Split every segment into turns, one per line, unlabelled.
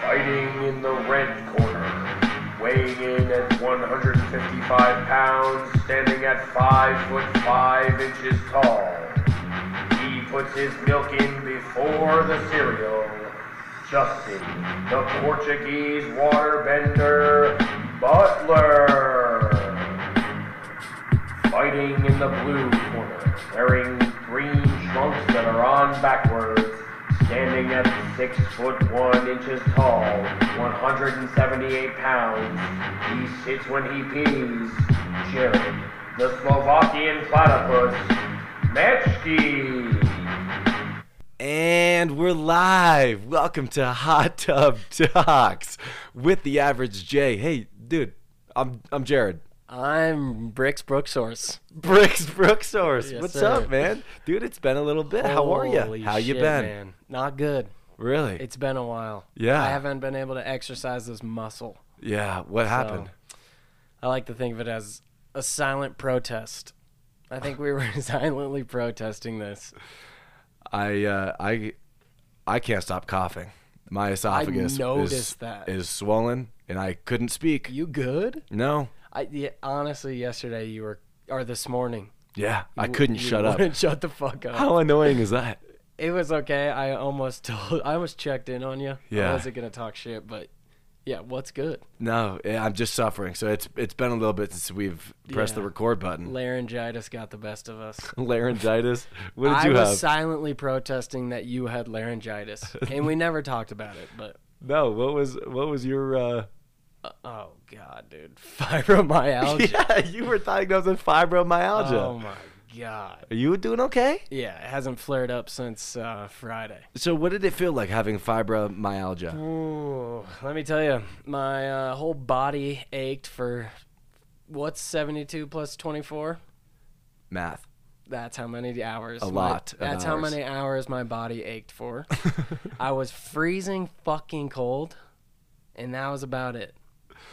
fighting in the red corner, weighing in at 155 pounds, standing at 5 foot 5 inches tall. He puts his milk in before the cereal. Justin, the Portuguese waterbender, Butler fighting in the blue corner, wearing green trunks that are on backwards, standing at six foot one inches tall, 178 pounds. He sits when he pees. Jared, the Slovakian platypus, Mechki.
And we're live. Welcome to Hot Tub Talks with the average J. Hey, dude, I'm I'm Jared.
I'm Bricks Brooksource.
Bricks Brooksource.
Yes,
What's
sir.
up, man? Dude, it's been a little bit. How are
Holy
you? How you
shit,
been?
Man. Not good.
Really?
It's been a while.
Yeah.
I haven't been able to exercise this muscle.
yeah, what happened?
I like to think of it as a silent protest. I think we were silently protesting this.
I uh I I can't stop coughing. My esophagus is,
noticed that.
is swollen and I couldn't speak.
You good?
No.
I yeah, honestly yesterday you were or this morning.
Yeah, I
you-
couldn't
you
shut up.
wouldn't Shut the fuck up.
How annoying is that?
It was okay. I almost told I almost checked in on you.
Yeah.
I wasn't gonna talk shit, but yeah, what's good?
No, yeah, I'm just suffering. So it's it's been a little bit since we've pressed the
Yeah.
record button.
Laryngitis got the best of us.
Laryngitis. What did
I
you
was
have?
silently protesting that you had laryngitis, and we never talked about it. But
no, what was what was your? uh
oh god, dude, fibromyalgia.
Yeah, you were diagnosed with fibromyalgia.
Oh my god.
Are you doing okay?
Yeah, it hasn't flared up since uh, Friday.
So what did it feel like having fibromyalgia?
Ooh, let me tell you, my uh, whole body ached for what's seventy-two plus twenty-four.
Math.
That's how many hours.
A
my-
lot of
that's how
hours.
many hours my body ached for. I was freezing fucking cold, and that was about it.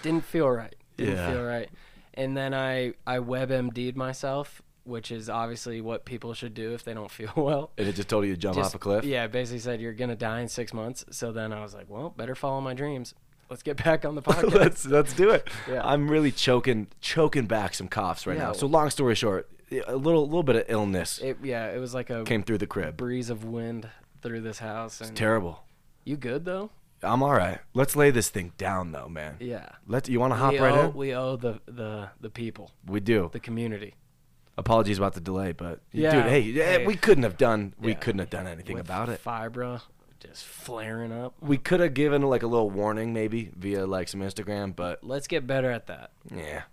Didn't feel right. Didn't
Yeah.
feel right. And then I I WebMD'd myself, which is obviously what people should do if they don't feel well.
And it just told you to jump
Just-
off a cliff.
Yeah, it basically said you're gonna die in six months. So then I was like, well, better follow my dreams. Let's get back on the podcast.
let's let's do it.
Yeah.
I'm really choking choking back some coughs right
Yeah.
now. So long story short, a little little bit of illness
It, yeah, it was like a
came through the crib.
breeze of wind through this house. And
Terrible.
you good though?
I'm all right. Let's lay this thing down though, man.
Yeah.
Let you want to hop
we
right
owe,
in.
We owe the, the, the people,
We do.
the community.
Apologies about the delay, but
Yeah.
dude, hey, yeah,
Hey.
we couldn't have done we
Yeah.
couldn't have done anything
With
about it.
Fibra just flaring up.
We could have given like a little warning maybe via like some Instagram, but
Let's get better at that.
yeah.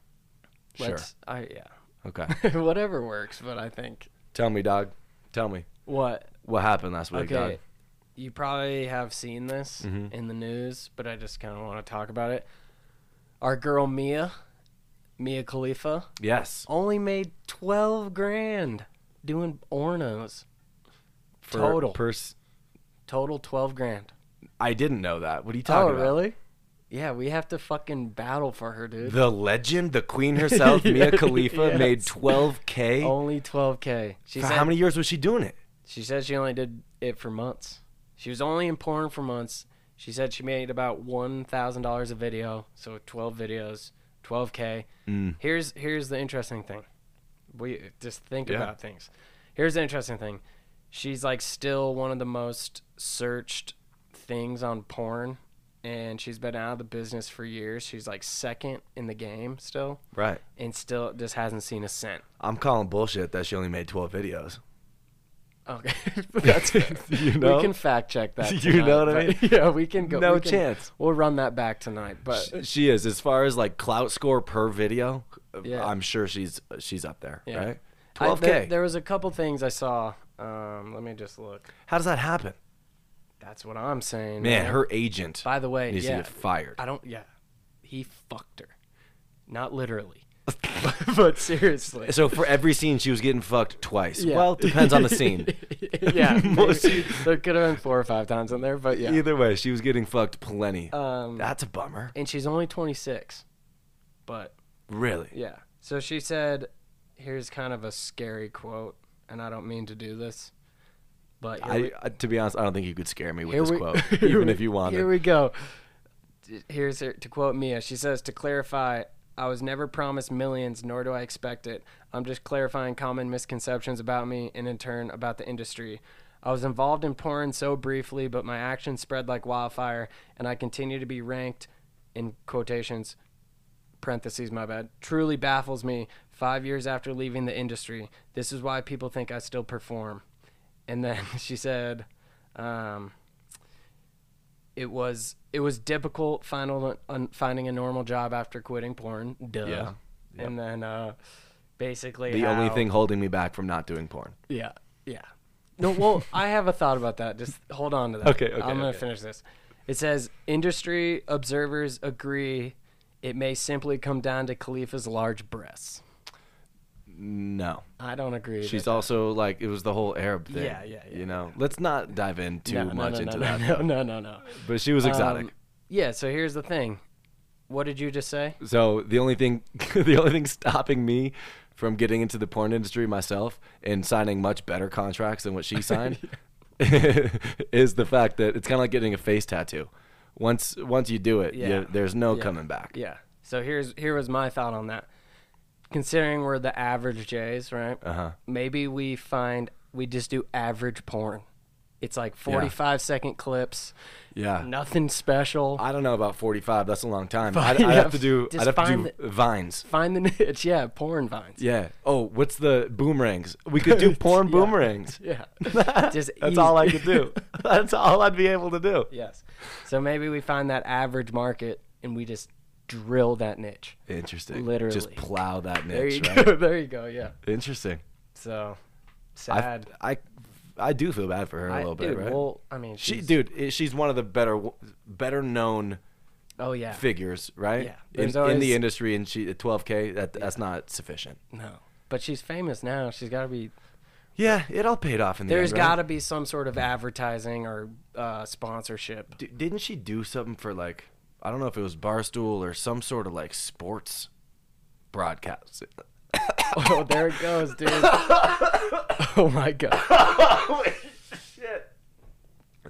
Sure.
Let's, I, yeah.
Okay.
Whatever works, but I think.
Tell me, dog. Tell me
What?
what happened last week,
Okay.
dog.
You probably have seen this
Mm-hmm.
in the news, but I just kind of want to talk about it. Our girl Mia, Mia Khalifa,
Yes.
only made 12 grand doing ornos.
For
total.
Pers-
Total 12 grand. Oh,
I didn't know that. What are you talking about?
Yeah, we have to fucking battle for her, dude.
The legend, the queen herself, Mia Khalifa,
Yes.
made 12k.
only 12k. She
for
said
how many years was Oh, she doing it?
she said she only did it for months. She was only in porn for months. She said she made about $1,000 a video, so 12 videos, 12k.
Mm.
Here's here's the interesting thing. We just think
Yeah.
about things. Here's the interesting thing. She's like still one of the most searched things on porn and she's been out of the business for years. She's like second in the game still.
Right.
and still just hasn't seen a cent.
I'm calling bullshit that she only made 12 videos.
Okay, that's good.
You know?
we can fact check that.
You know what I
tonight, but- Yeah, we can go.
No
we can-
chance.
We'll run that back tonight, but
Sh- she is as far as like clout score per video
Yeah.
i'm sure she's she's up there
Yeah.
right
I-
12k
there, there was a couple things I saw. Um, let me just look.
how does that happen
That's what I'm saying.
man her agent
By the way,
needs to
yeah,
get fired
I don't. Yeah, he fucked her, not literally, but seriously.
so for every scene she was getting fucked twice
Yeah.
well depends on the scene
yeah,
Most-
maybe- there could have been four or five times in there, but yeah.
either way she was getting fucked plenty
Um,
that's a bummer
and she's only 26, but
really
Yeah. So she said, here's kind of a scary quote, and I don't mean to do this, but here
I,
we-
I- to be honest i don't think you could scare me with
here
this
we-
quote
here
even
we-
if you
Here
wanted
we go. here's her, to quote Mia. She says, "To clarify, I was never promised millions, nor do I expect it. I'm just clarifying common misconceptions about me, and in turn about the industry." I was involved in porn so briefly, but my actions spread like wildfire, and I continue to be ranked, in quotations, parentheses, my bad, truly baffles me five years after leaving the industry. This is why people think I still perform. And then she said, um, it was it was difficult final, un, finding a normal job after quitting porn. Duh.
Yeah. Yep.
And then uh, basically
The only
how-
thing holding me back from not doing porn.
yeah, yeah. No, well, I have a thought about that. Just hold on to that.
Okay, okay,
I'm gonna
okay.
finish this. It says industry observers agree it may simply come down to Khalifa's large breasts.
No.
I don't agree.
She's
that-
also like it was the whole Arab thing.
Yeah, yeah, yeah,
You know, let's not dive in too
no, no,
much
no,
into
no,
that.
No, no, no, no.
But she was exotic.
Um, yeah. So here's the thing. What did you just say?
so the only thing, the only thing stopping me from getting into the porn industry myself and signing much better contracts than what she signed is the fact that it's kind of like getting a face tattoo. Once once you do it,
Yeah.
you, there's no
Yeah.
coming back.
Yeah. So here's here was my thought on that. Considering we're the average Jays, right?
Uh huh.
maybe we find we just do average porn. It's like 45 second clips,
Yeah.
nothing special.
I don't know about 45. That's a long time. I'd,
Yeah.
I'd have to do.
Just
I'd have
find
to do vines.
Find the niche, yeah, porn vines.
Yeah. Oh, what's the boomerangs? We could do porn
Yeah.
boomerangs.
Yeah.
That's
Just
all I
easy.
could do. That's all I'd be able to do.
yes. So maybe we find that average market and we just drill that niche.
Interesting.
Literally.
Just plow that
There you
niche, right?
go. There you go. Yeah.
Interesting.
So
I,
sad.
I, I do feel bad for her a
I-
little bit,
dude,
right?
Well, I mean,
she,
she's-
dude, i- she's one of the better, w- better known
Oh yeah.
figures, right?
Yeah. There's
In, in
always-
the industry, and she at 12k, that that's not sufficient.
No. But she's famous now. She's got to be
Yeah, it all paid off in the
There's
end.
got
right?
to be some sort of advertising or uh, sponsorship.
D- didn't she do something for like I don't know if it was Barstool or some sort of like sports broadcast?
Oh, there it goes, dude. oh my god.
Oh,
Holy shit!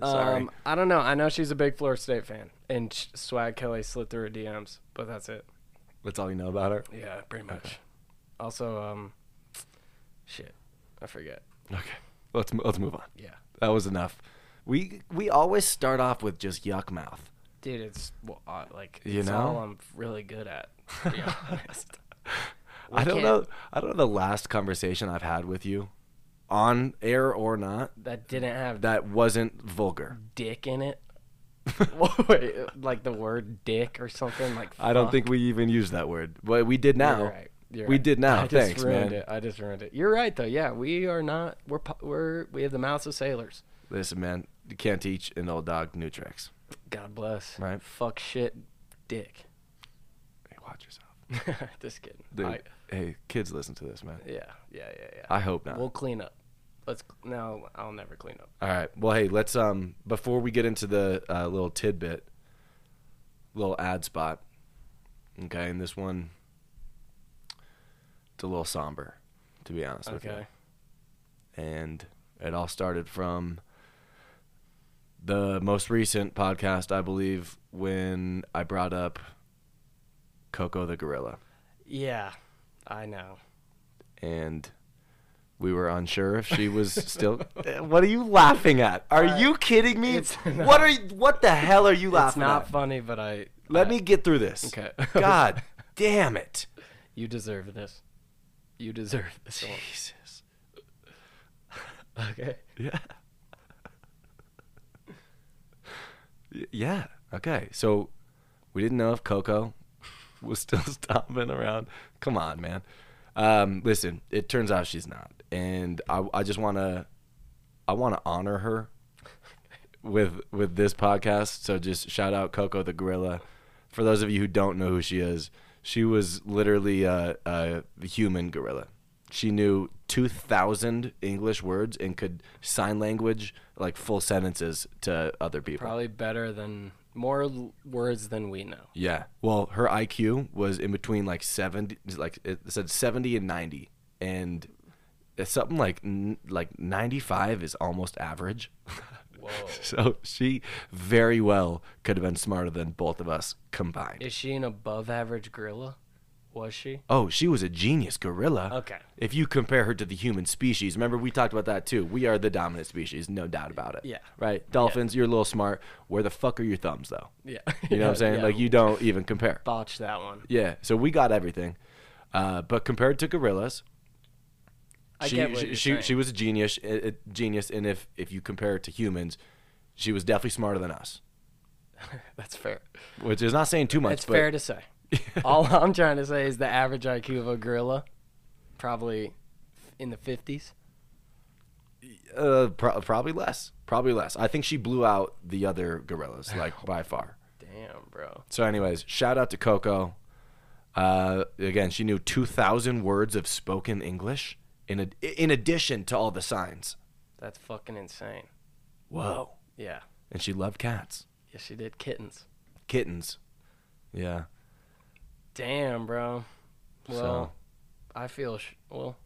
Sorry.
Um, I don't know. I know she's a big Florida State fan, and sh- Swag Kelly slid through her DMs, but that's it.
That's all you know about her.
Yeah, pretty much. Also, um, shit, I forget.
Okay, let's mo- let's move on.
Yeah,
That was enough. We we always start off with just yuck mouth.
dude, it's well, uh, like
You
it's
know?
all I'm really good at. To be honest.
I don't
can't-
know. I don't know the last conversation I've had with you, on air or not,
that didn't have
that wasn't vulgar.
dick in it. Wait, like the word dick or something like.
I don't
fuck.
think we even used that word, but we did now.
You're right. You're
we
right.
did now.
I just
Thanks,
ruined
man.
It. I just ruined it. You're right though. Yeah, we are not. We're pu- we're we have the mouths of sailors.
Listen, man, you can't teach an old dog new tricks.
God bless.
Right.
Fuck shit, dick.
Hey, watch yourself.
just kidding.
Dude,
I-
hey, kids, listen to this, man.
yeah, yeah, yeah, yeah.
I hope not.
We'll clean up. Let's. No, I'll never clean up.
All right. Well, hey, let's um before we get into the uh, little tidbit, little ad spot. Okay, and this one, it's a little somber, to be honest with
Okay.
you. And it all started from the most recent podcast, I believe, when I brought up Coco the gorilla,
Yeah, I know.
and we were unsure if she was still. what are you laughing at? Are
Uh,
you kidding me?
it's not-
what are you, what the hell are you
It's
laughing
not
at?
funny, but I.
Let
I-
me get through this.
Okay.
God damn it.
You deserve this. You deserve this. one.
Jesus.
Okay.
Yeah. Y- yeah. Okay. So we didn't know if Coco was still stomping around. Come on, man. Um, listen, it turns out she's not, and I, I just want to, I want to honor her with with this podcast. So just shout out Coco the gorilla. For those of you who don't know who she is, she was literally a, a human gorilla. She knew two thousand English words and could sign language like full sentences to other people.
Probably better than more l- words than we know.
Yeah. Well, her IQ was in between like 70 like it said 70 and 90 and it's something like n- like 95 is almost average. So she very well could have been smarter than both of us combined.
Is she an above average gorilla? Was she?
Oh, she was a genius gorilla.
Okay.
If you compare her to the human species, remember we talked about that too. We are the dominant species, no doubt about it.
Yeah.
Right? Dolphins, you're a little smart. Where the fuck are your thumbs though?
Yeah.
You know what I'm saying?
Yeah,
Like you don't even compare.
botched that one.
Yeah. So we got everything. Uh, but compared to gorillas,
I
she
get what
she,
you're
she,
saying.
she was a genius a a genius and if if you compare it to humans, she was definitely smarter than us.
That's fair.
Which is not saying too much,
It's
but
fair to say. All I'm trying to say is the average IQ of a gorilla, probably in the 50s.
uh, pro- probably less. Probably less. I think she blew out the other gorillas like by far.
Damn, bro.
So, anyways, shout out to Coco. Uh, again, she knew 2,000 words of spoken English in ad- in addition to all the signs.
That's fucking insane.
Whoa!
Yeah.
And she loved cats,
Yeah, she did kittens.
kittens. Yeah.
Damn, bro. Well,
So-
I feel sh- well.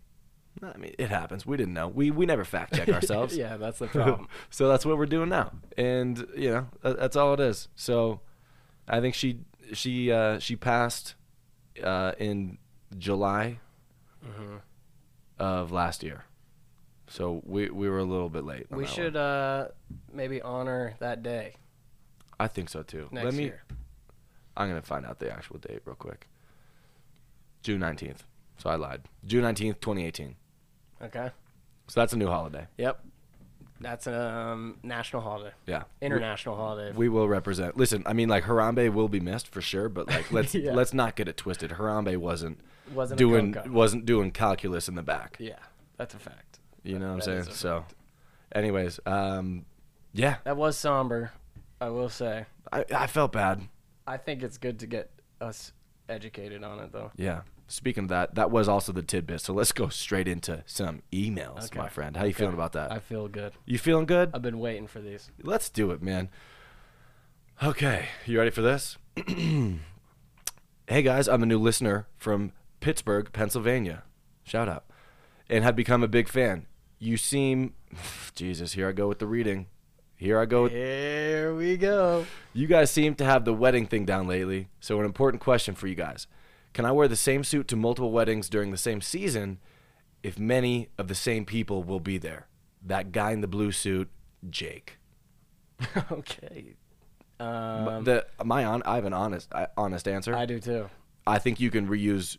I mean, it happens. We didn't know. We we never fact check ourselves.
yeah, that's the problem.
so that's what we're doing now, and you know tha- that's all it is. So, I think she she uh, she passed uh, in July
Mhm.
of last year. So we we were a little bit late. on
we
that one.
should uh maybe honor that day
I think so too.
next
Let me.
year.
I'm gonna find out the actual date real quick. June 19th. So I lied. June 19th, 2018.
Okay.
So that's a new holiday.
Yep. That's a um, national holiday,
Yeah.
international holiday.
We will represent. Listen, I mean, like Harambe will be missed for sure, but like let's
Yeah.
let's not get it twisted. Harambe wasn't
Wasn't a
doing
cocoa.
wasn't doing calculus in the back.
Yeah, that's a fact.
You know what I'm
That
saying?
is a
So, anyways, um, yeah,
That was somber, I will say.
I, I felt bad.
I think it's good to get us educated on it though.
Yeah. Speaking of that, that was also the tidbit. So let's go straight into some emails,
Okay.
my friend. How you feeling about that?
I feel good.
you feeling good?
I've been waiting for these.
Let's do it, man. Okay, you ready for this? hey guys, I'm a new listener from Pittsburgh, Pennsylvania. Shout out. And have become a big fan. You seem Jesus, here I go with the reading. Here I go with
Here we go.
you guys seem to have the wedding thing down lately, so an important question for you guys. Can I wear the same suit to multiple weddings during the same season if many of the same people will be there? That guy in the blue suit, Jake.
okay. Um,
the my on, I have an honest I, honest answer.
I
I,
do too.
think you can reuse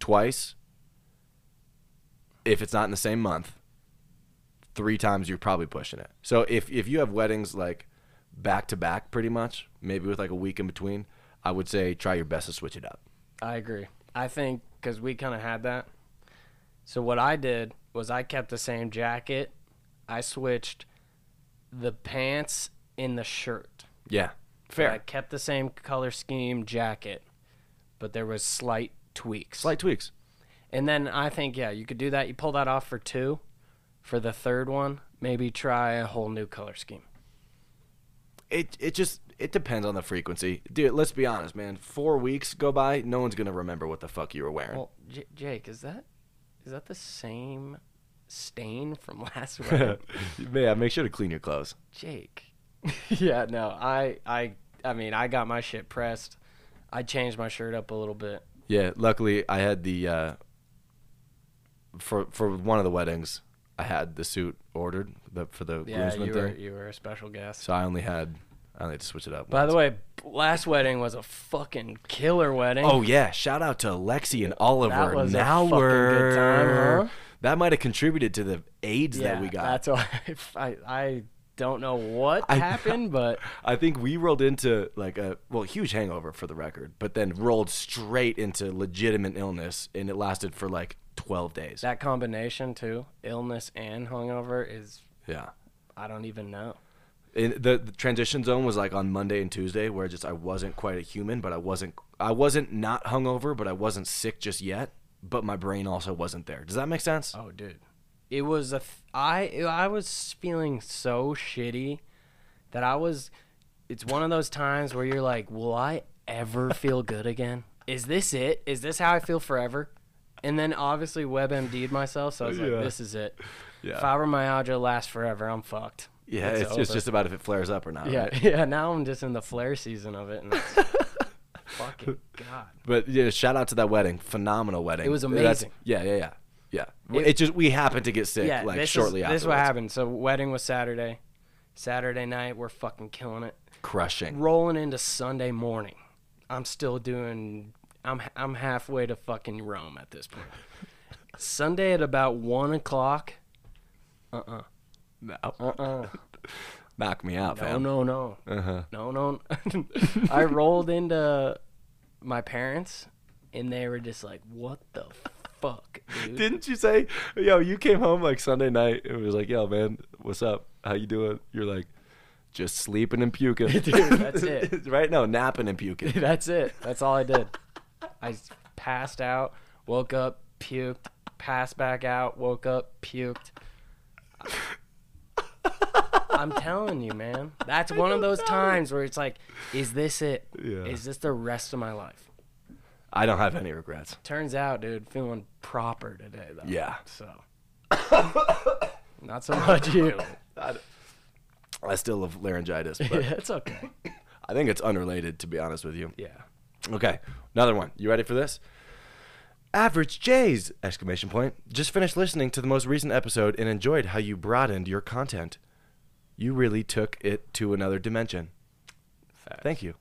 twice if it's not in the same month. Three times you're probably pushing it. So if if you have weddings like back to back pretty much, maybe with like a week in between, I would say try your best to switch it up.
I agree. I think because we kind of had that. So what I did was I kept the same jacket. I switched the pants in the shirt.
Yeah.
I kept the same color scheme jacket, but there was slight tweaks.
Slight tweaks.
And then I think yeah, you could do that. You pull that off for two. For the third one, maybe try a whole new color scheme.
It it just it depends on the frequency. Dude, let's be honest, man. 4 weeks go by, no one's going to remember what the fuck you were wearing.
Well, J- Jake, is that is that the same stain from last week?
yeah, make sure to clean your clothes.
Jake. yeah, no, I, I, I mean, I got my shit pressed. I changed my shirt up a little bit.
Yeah, luckily I had the uh, for for one of the weddings I had the suit ordered the, for the
Yeah,
groomsmen
you
thing,
were, you were a special guest.
so I only had I only had to switch it up.
By the way, last wedding was a fucking killer wedding.
oh yeah, shout out to Lexi and Oliver.
That was a
now
fucking good time,
we're-
huh?
That might have contributed to the AIDS that we got.
That's why I, I don't know what
I-
happened, but
I think we rolled into like a well huge hangover for the record, but then rolled straight into legitimate illness, and it lasted for like twelve days.
that combination too, illness and hungover, is
yeah.
I don't even know.
in the, the transition zone was like on Monday and Tuesday where just I wasn't quite a human, but I wasn't I wasn't not hungover, but I wasn't sick just yet. But my brain also wasn't there. Does that make sense?
Oh, dude, it was a. Th- I I was feeling so shitty that I was. It's one of those times where you're like, will I ever feel good again? Is this it? Is this how I feel forever? And then obviously WebMD'd myself, so I was
Yeah.
like, this is it.
Yeah.
Fibromyalgia lasts forever. I'm fucked.
Yeah,
It's
it's, it's
over.
just about if it flares up or not.
Yeah,
right?
yeah. Now I'm just in the flare season of it, and it's, fucking god.
But yeah, shout out to that wedding. Phenomenal wedding.
It was
That's-
amazing.
yeah, yeah, yeah. Yeah.
It-
It, just we happened to get sick
yeah,
like
this
shortly
is,
after.
This is what happened. So wedding was Saturday. Saturday night, we're fucking killing it.
Crushing.
Rolling into Sunday morning, I'm still doing. I'm I'm halfway to fucking Rome at this point. Sunday at about one o'clock.
No.
Uh-uh.
Knock me out,
No,
fam.
no, no.
Uh-huh.
No, no. I rolled into my parents, and they were just like, "What the fuck, dude?"
Didn't you say, yo, you came home like Sunday night and was like, yo, man, what's up? How you doing? You're like, just sleeping and puking.
Dude, that's it.
right? No, napping and puking.
That's it. That's all I did. I s- passed out, woke up, puked, passed back out, woke up, puked. I'm telling you, man. That's one of those times where it's like, is this it? Is
Yeah.
this the rest of my life?
I don't have any regrets.
Turns out, dude, feeling proper today, though.
Yeah.
So. Not so much you.
I still have laryngitis, but
Yeah, it's okay.
I think it's unrelated, to be honest with you.
Yeah.
Okay, another one. You ready for this? Average J's! Exclamation point. Just finished listening to the most recent episode and enjoyed how you broadened your content. You really took it to another dimension.
Facts.
Thank you.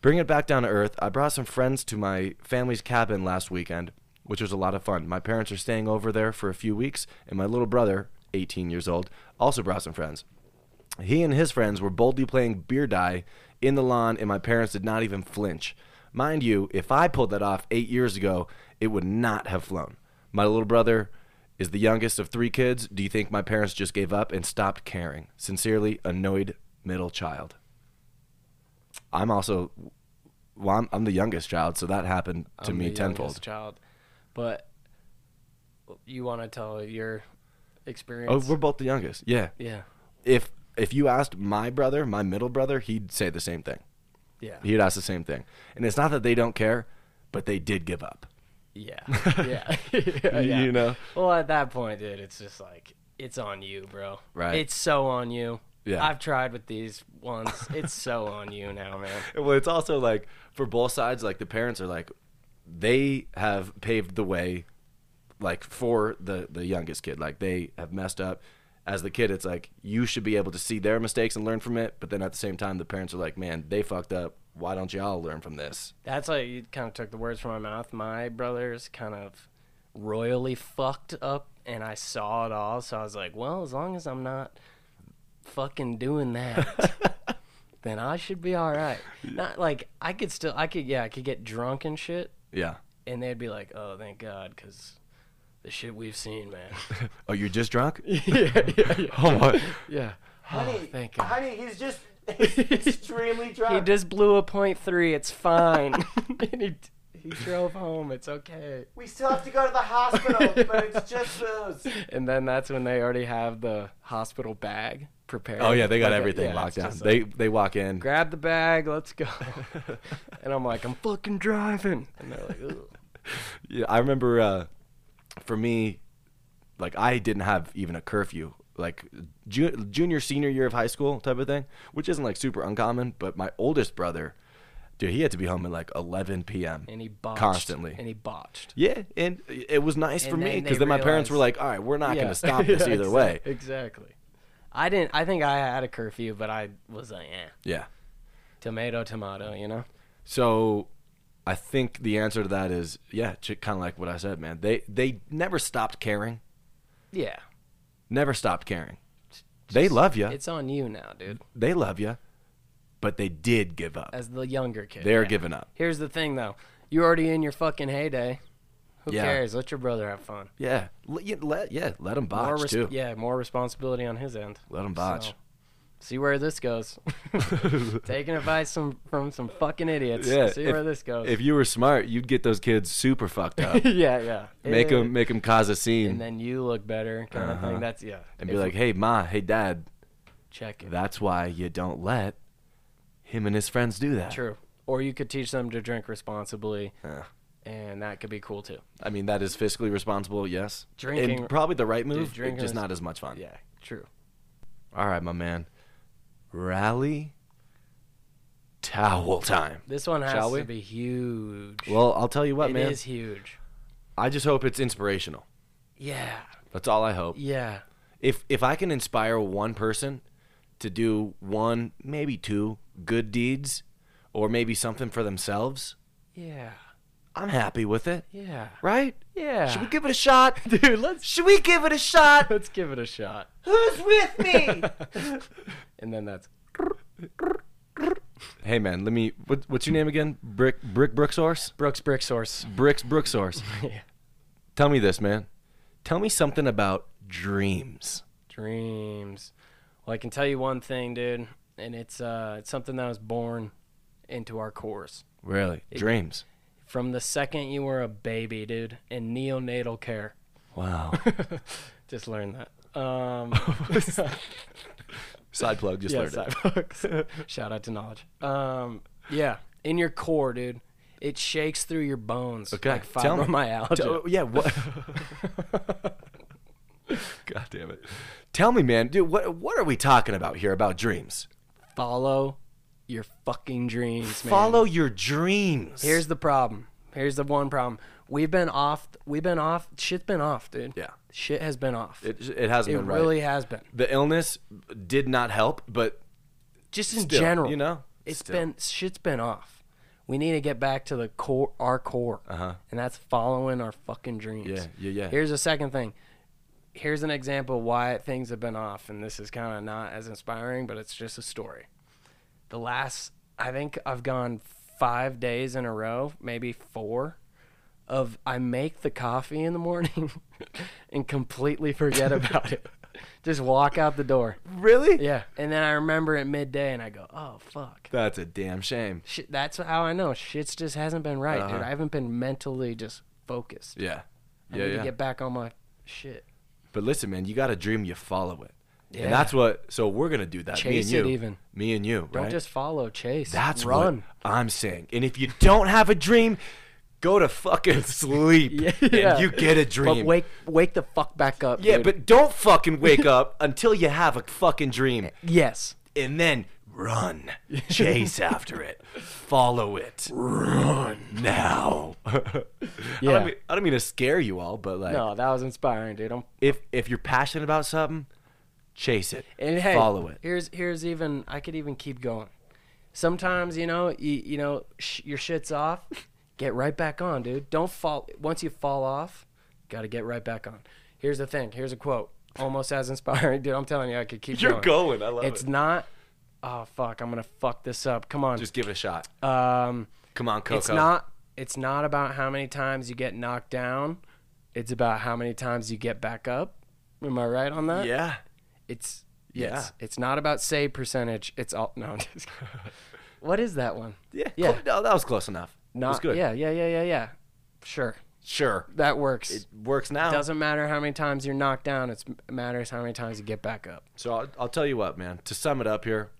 Bring it back down to earth. I brought some friends to my family's cabin last weekend, which was a lot of fun. My parents are staying over there for a few weeks, and my little brother, 18 years old, also brought some friends. He and his friends were boldly playing beer die in the lawn, and my parents did not even flinch. Mind you, if I pulled that off eight years ago, it would not have flown. My little brother is the youngest of three kids. Do you think my parents just gave up and stopped caring? Sincerely, annoyed middle child. I'm also, well, I'm, I'm the youngest child, so that happened to
I'm
me
the
tenfold.
youngest Child, but you want to tell your
Oh,
experience?
we're both the youngest. Yeah.
yeah,
If if you asked my brother, my middle brother, he'd say the same thing.
yeah,
He'd ask the same thing. And it's not that they don't care, but they did give up.
yeah, yeah. yeah,
You know?
Well, at that point, dude, it's just like it's on you, bro.
Right.
It's so on you.
Yeah.
I've tried with these ones. It's so on you now, man.
Well, it's also like for both sides, like the parents are like, they have paved the way, like for the the youngest kid. Like they have messed up. As the kid, it's like you should be able to see their mistakes and learn from it. But then at the same time, the parents are like, man, they fucked up. Why don't y'all learn from this?
That's like you kind of took the words from my mouth. My brother's kind of royally fucked up, and I saw it all. So I was like, well, as long as I'm not fucking doing that, then I should be all right. Not like I could still, I could, yeah, I could get drunk and shit,
Yeah.
and they'd be like, oh, thank God, because the shit we've seen, man.
Oh, you're just drunk?
yeah, yeah, yeah.
oh my.
yeah. oh, thank God.
Honey, he's just extremely
He
drunk.
just blew a point three. It's fine. and he, he drove home. It's okay.
we still have to go to the hospital, but it's just those.
And then that's when they already have the hospital bag prepared.
Oh yeah, they got
Like,
everything
yeah,
locked
it's
down.
just like,
they they walk in.
grab the bag, let's go. and I'm like, I'm fucking driving. And they're like, Ugh.
Yeah, I remember uh, for me, like I didn't have even a curfew, like ju- junior senior year of high school type of thing, which isn't like super uncommon. But my oldest brother, dude, he had to be home at like 11 p.m.
and he botched
Constantly.
And he botched.
yeah, and it was nice for
And
me
then
because
they
then my parents were
realized-
like, "All right, we're not
Yeah.
going to stop this
Yeah,
either
exa-
way."
Exactly. I didn't. I think I had a curfew, but I was like, eh.
Yeah.
Tomato, tomato. You know.
So I think the answer to that is yeah, kind of like what I said, man. They they never stopped caring,
Yeah.
never stopped caring. They love you.
It's on you now, dude.
They love you, but they did give up.
As the younger kid.
They're
yeah.
giving up.
Here's the thing, though. You're already in your fucking heyday. Who
Yeah.
cares? Let your brother have fun.
Yeah. L- yeah, let, yeah, let them
more
botch,
res-
too.
Yeah, more responsibility on his end.
Let them botch.
So, see where this goes. Taking advice from from some fucking idiots.
Yeah,
see
if-
where this goes.
If you were smart, you'd get those kids super fucked up.
yeah, yeah.
make
Eh,
them make 'em cause a
And
scene and,
then you look better, kind of
Uh-huh.
thing. That's yeah.
be
If-
like, hey, ma, hey, dad,
check it.
that's why you don't let him and his friends do that.
True. Or you could teach them to drink responsibly,
Yeah.
and that could be cool too.
I mean, that is fiscally responsible, yes.
Drinking-
And probably the right move,
drinking
just
is-
not as much fun.
Yeah, true.
All right, my man. Rally towel time.
This one has
Shall we?
to be huge.
Well, I'll tell you what,
It
man.
is huge.
I just hope it's inspirational.
Yeah,
That's all I hope.
yeah,
If if I can inspire one person to do one, maybe two good deeds or maybe something for themselves,
yeah,
I'm happy with it,
yeah,
right?
yeah.
Should we give it a shot?
Dude, let's
Should we give it a shot?
let's give it a shot.
Who's with me?
And then that's
hey man, let me what, what's your name again? Brick Brick Brooksource?
Brooks Brick Source.
Bricks Brooksource.
Yeah.
Tell me this, man. Tell me something about dreams.
Dreams. Well, I can tell you one thing, dude, and it's uh it's something that was born into our course.
Really? dreams.
From the second you were a baby, dude, in neonatal care.
Wow.
Just learned that. Um
Side plug, just
yeah,
learned it.
side books. Shout out to knowledge. Um yeah, in your core, dude. It shakes through your bones.
Okay,
Like
tell me.
fibromyalgia.
Tell- yeah, what? God damn it. Tell me, man, dude, what what are we talking about here about dreams?
Follow your fucking dreams, man.
Follow your dreams.
Here's the problem. Here's the one problem. We've been off. We've been off. Shit's been off, dude.
Yeah.
Shit has been off. It,
it, it hasn't been right.
really has been.
the illness did not help, but
Just in
Still,
general,
you know,
it's
still.
been shit's been off. We need to get back to the core, our core, uh-huh. and that's following our fucking dreams.
Yeah, yeah, yeah.
Here's a second thing. Here's an example why things have been off, and this is kind of not as inspiring, but it's just a story. The last, I think I've gone five days in a row, maybe four, of I make the coffee in the morning and completely forget about it. Just walk out the door.
really,
Yeah. And then I remember at midday and I go, oh, fuck.
that's a damn shame.
Shit, that's how I know. Shit's just hasn't been right, dude. I haven't been mentally just focused.
Uh-huh. Yeah,
I
yeah,
need
yeah.
to get back on my shit.
But listen, man, you got a dream, you follow it,
Yeah.
and that's what. So we're gonna do that.
Chase
me and
it
you,
even.
me and you,
Don't
right?
just follow, chase.
that's
run.
what I'm saying. And if you don't have a dream, go to fucking sleep, and you get a dream.
But wake, wake the fuck back up.
yeah,
dude.
but don't fucking wake up until you have a fucking dream,
yes,
and then run, chase after it, follow it, run now. I,
Yeah.
don't mean, I don't mean to scare you all, but like,
no, that was inspiring, dude. I'm,
if if you're passionate about something, chase it.
and hey,
follow it.
Here's here's even I could even keep going. Sometimes you know you you know sh- your shit's off, get right back on, dude. Don't fall once you fall off, got to get right back on. Here's the thing. Here's a quote, almost as inspiring, dude. I'm telling you, I could keep
You're going. I love
It's
it.
not. Oh fuck! I'm gonna fuck this up. Come on.
Just give it a shot.
um,
Come on, Coco.
it's not. It's not about how many times you get knocked down. It's about how many times you get back up. Am I right on that?
Yeah.
It's
Yeah.
It's, it's not about save percentage. It's all no. I'm just kidding. what is that one?
Yeah.
Yeah.
Cl- No, that was close enough.
Not.
it was good.
Yeah. Yeah. Yeah. Yeah. Yeah. Sure.
Sure.
That works.
It
It
works now.
doesn't matter how many times you're knocked down. It's, it matters how many times you get back up.
So I'll, I'll tell you what, man. To sum it up here,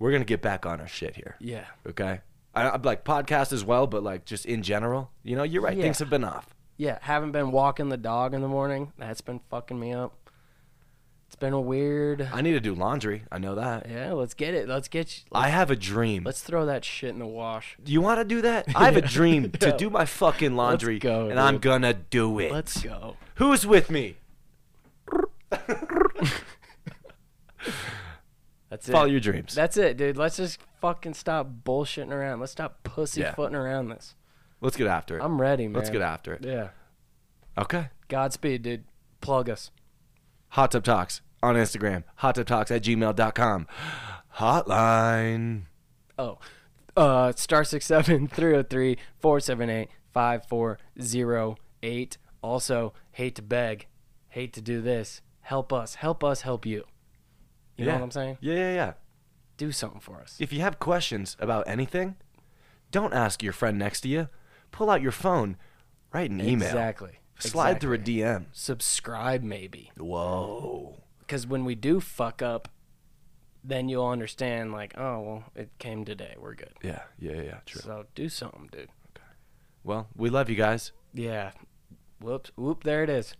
we're gonna get back on our shit here.
Yeah.
Okay. I, I'd like podcast as well, but like just in general, you know, you're right.
Yeah.
Things have been off.
Yeah. Haven't been walking the dog in the morning. That's been fucking me up. It's been a weird.
I need to do laundry. I know that.
Yeah. Let's get it. Let's get. You,
I have a dream.
let's throw that shit in the wash.
Do you want to do that? I have a dream to do my fucking laundry,
go,
and I'm
dude.
gonna do it.
Let's go.
Who's with me?
That's it.
Follow your dreams.
That's it, dude. Let's just fucking stop bullshitting around. Let's stop pussyfooting around this.
Let's get after it.
I'm ready, man.
Let's get after it.
Yeah.
Okay.
Godspeed, dude. Plug us.
Hot Tub Talks on Instagram. Hot Tub Talks at gmail.com. Hotline.
Oh, uh, star six seven three zero three four seven eight five four zero eight. Also, hate to beg, hate to do this. Help us, help us, help you. You know what I'm saying?
Yeah, yeah, yeah.
Do something for us.
If you have questions about anything, don't ask your friend next to you. Pull out your phone, write an email,
Exactly.
slide
Exactly.
through a DM.
Subscribe, maybe.
Whoa.
Because when we do fuck up, then you'll understand, like, oh, well, it came today. We're good.
Yeah, yeah, yeah, yeah, true.
So do something, dude.
Well, we love you guys.
Yeah. Whoops. Whoop. There it is.